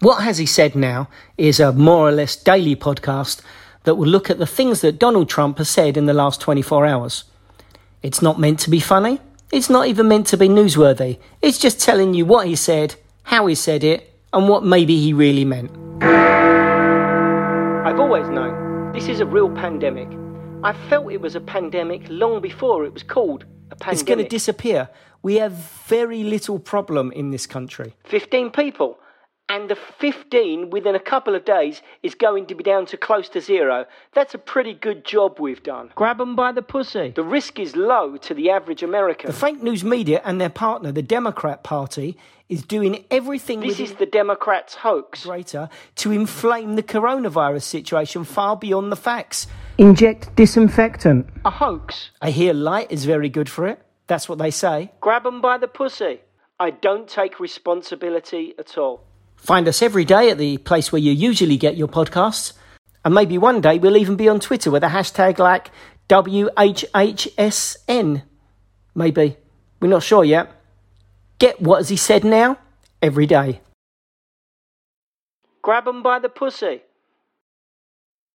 What Has He Said Now is a more or less daily podcast that will look at the things that Donald Trump has said in the last 24 hours. It's not meant to be funny, it's not even meant to be newsworthy, it's just telling you what he said, how he said it, and what maybe he really meant. I've always known this is a real pandemic. I felt it was a pandemic long before it was called a pandemic. It's going to disappear. We have very little problem in this country. 15 people. And the 15 within a couple of days is going to be down to close to zero. That's a pretty good job we've done. Grab 'em by the pussy. The risk is low to the average American. The fake news media and their partner, the Democrat Party, is doing everything this within is the Democrats' hoax. greater to inflame the coronavirus situation far beyond the facts. Inject disinfectant. A hoax. I hear light is very good for it. That's what they say. Grab 'em by the pussy. I don't take responsibility at all. Find us every day at the place where you usually get your podcasts. And maybe one day we'll even be on Twitter with a hashtag like WHHSN. Maybe. We're not sure yet. Get what has he said now? Every day. Grab 'em by the pussy.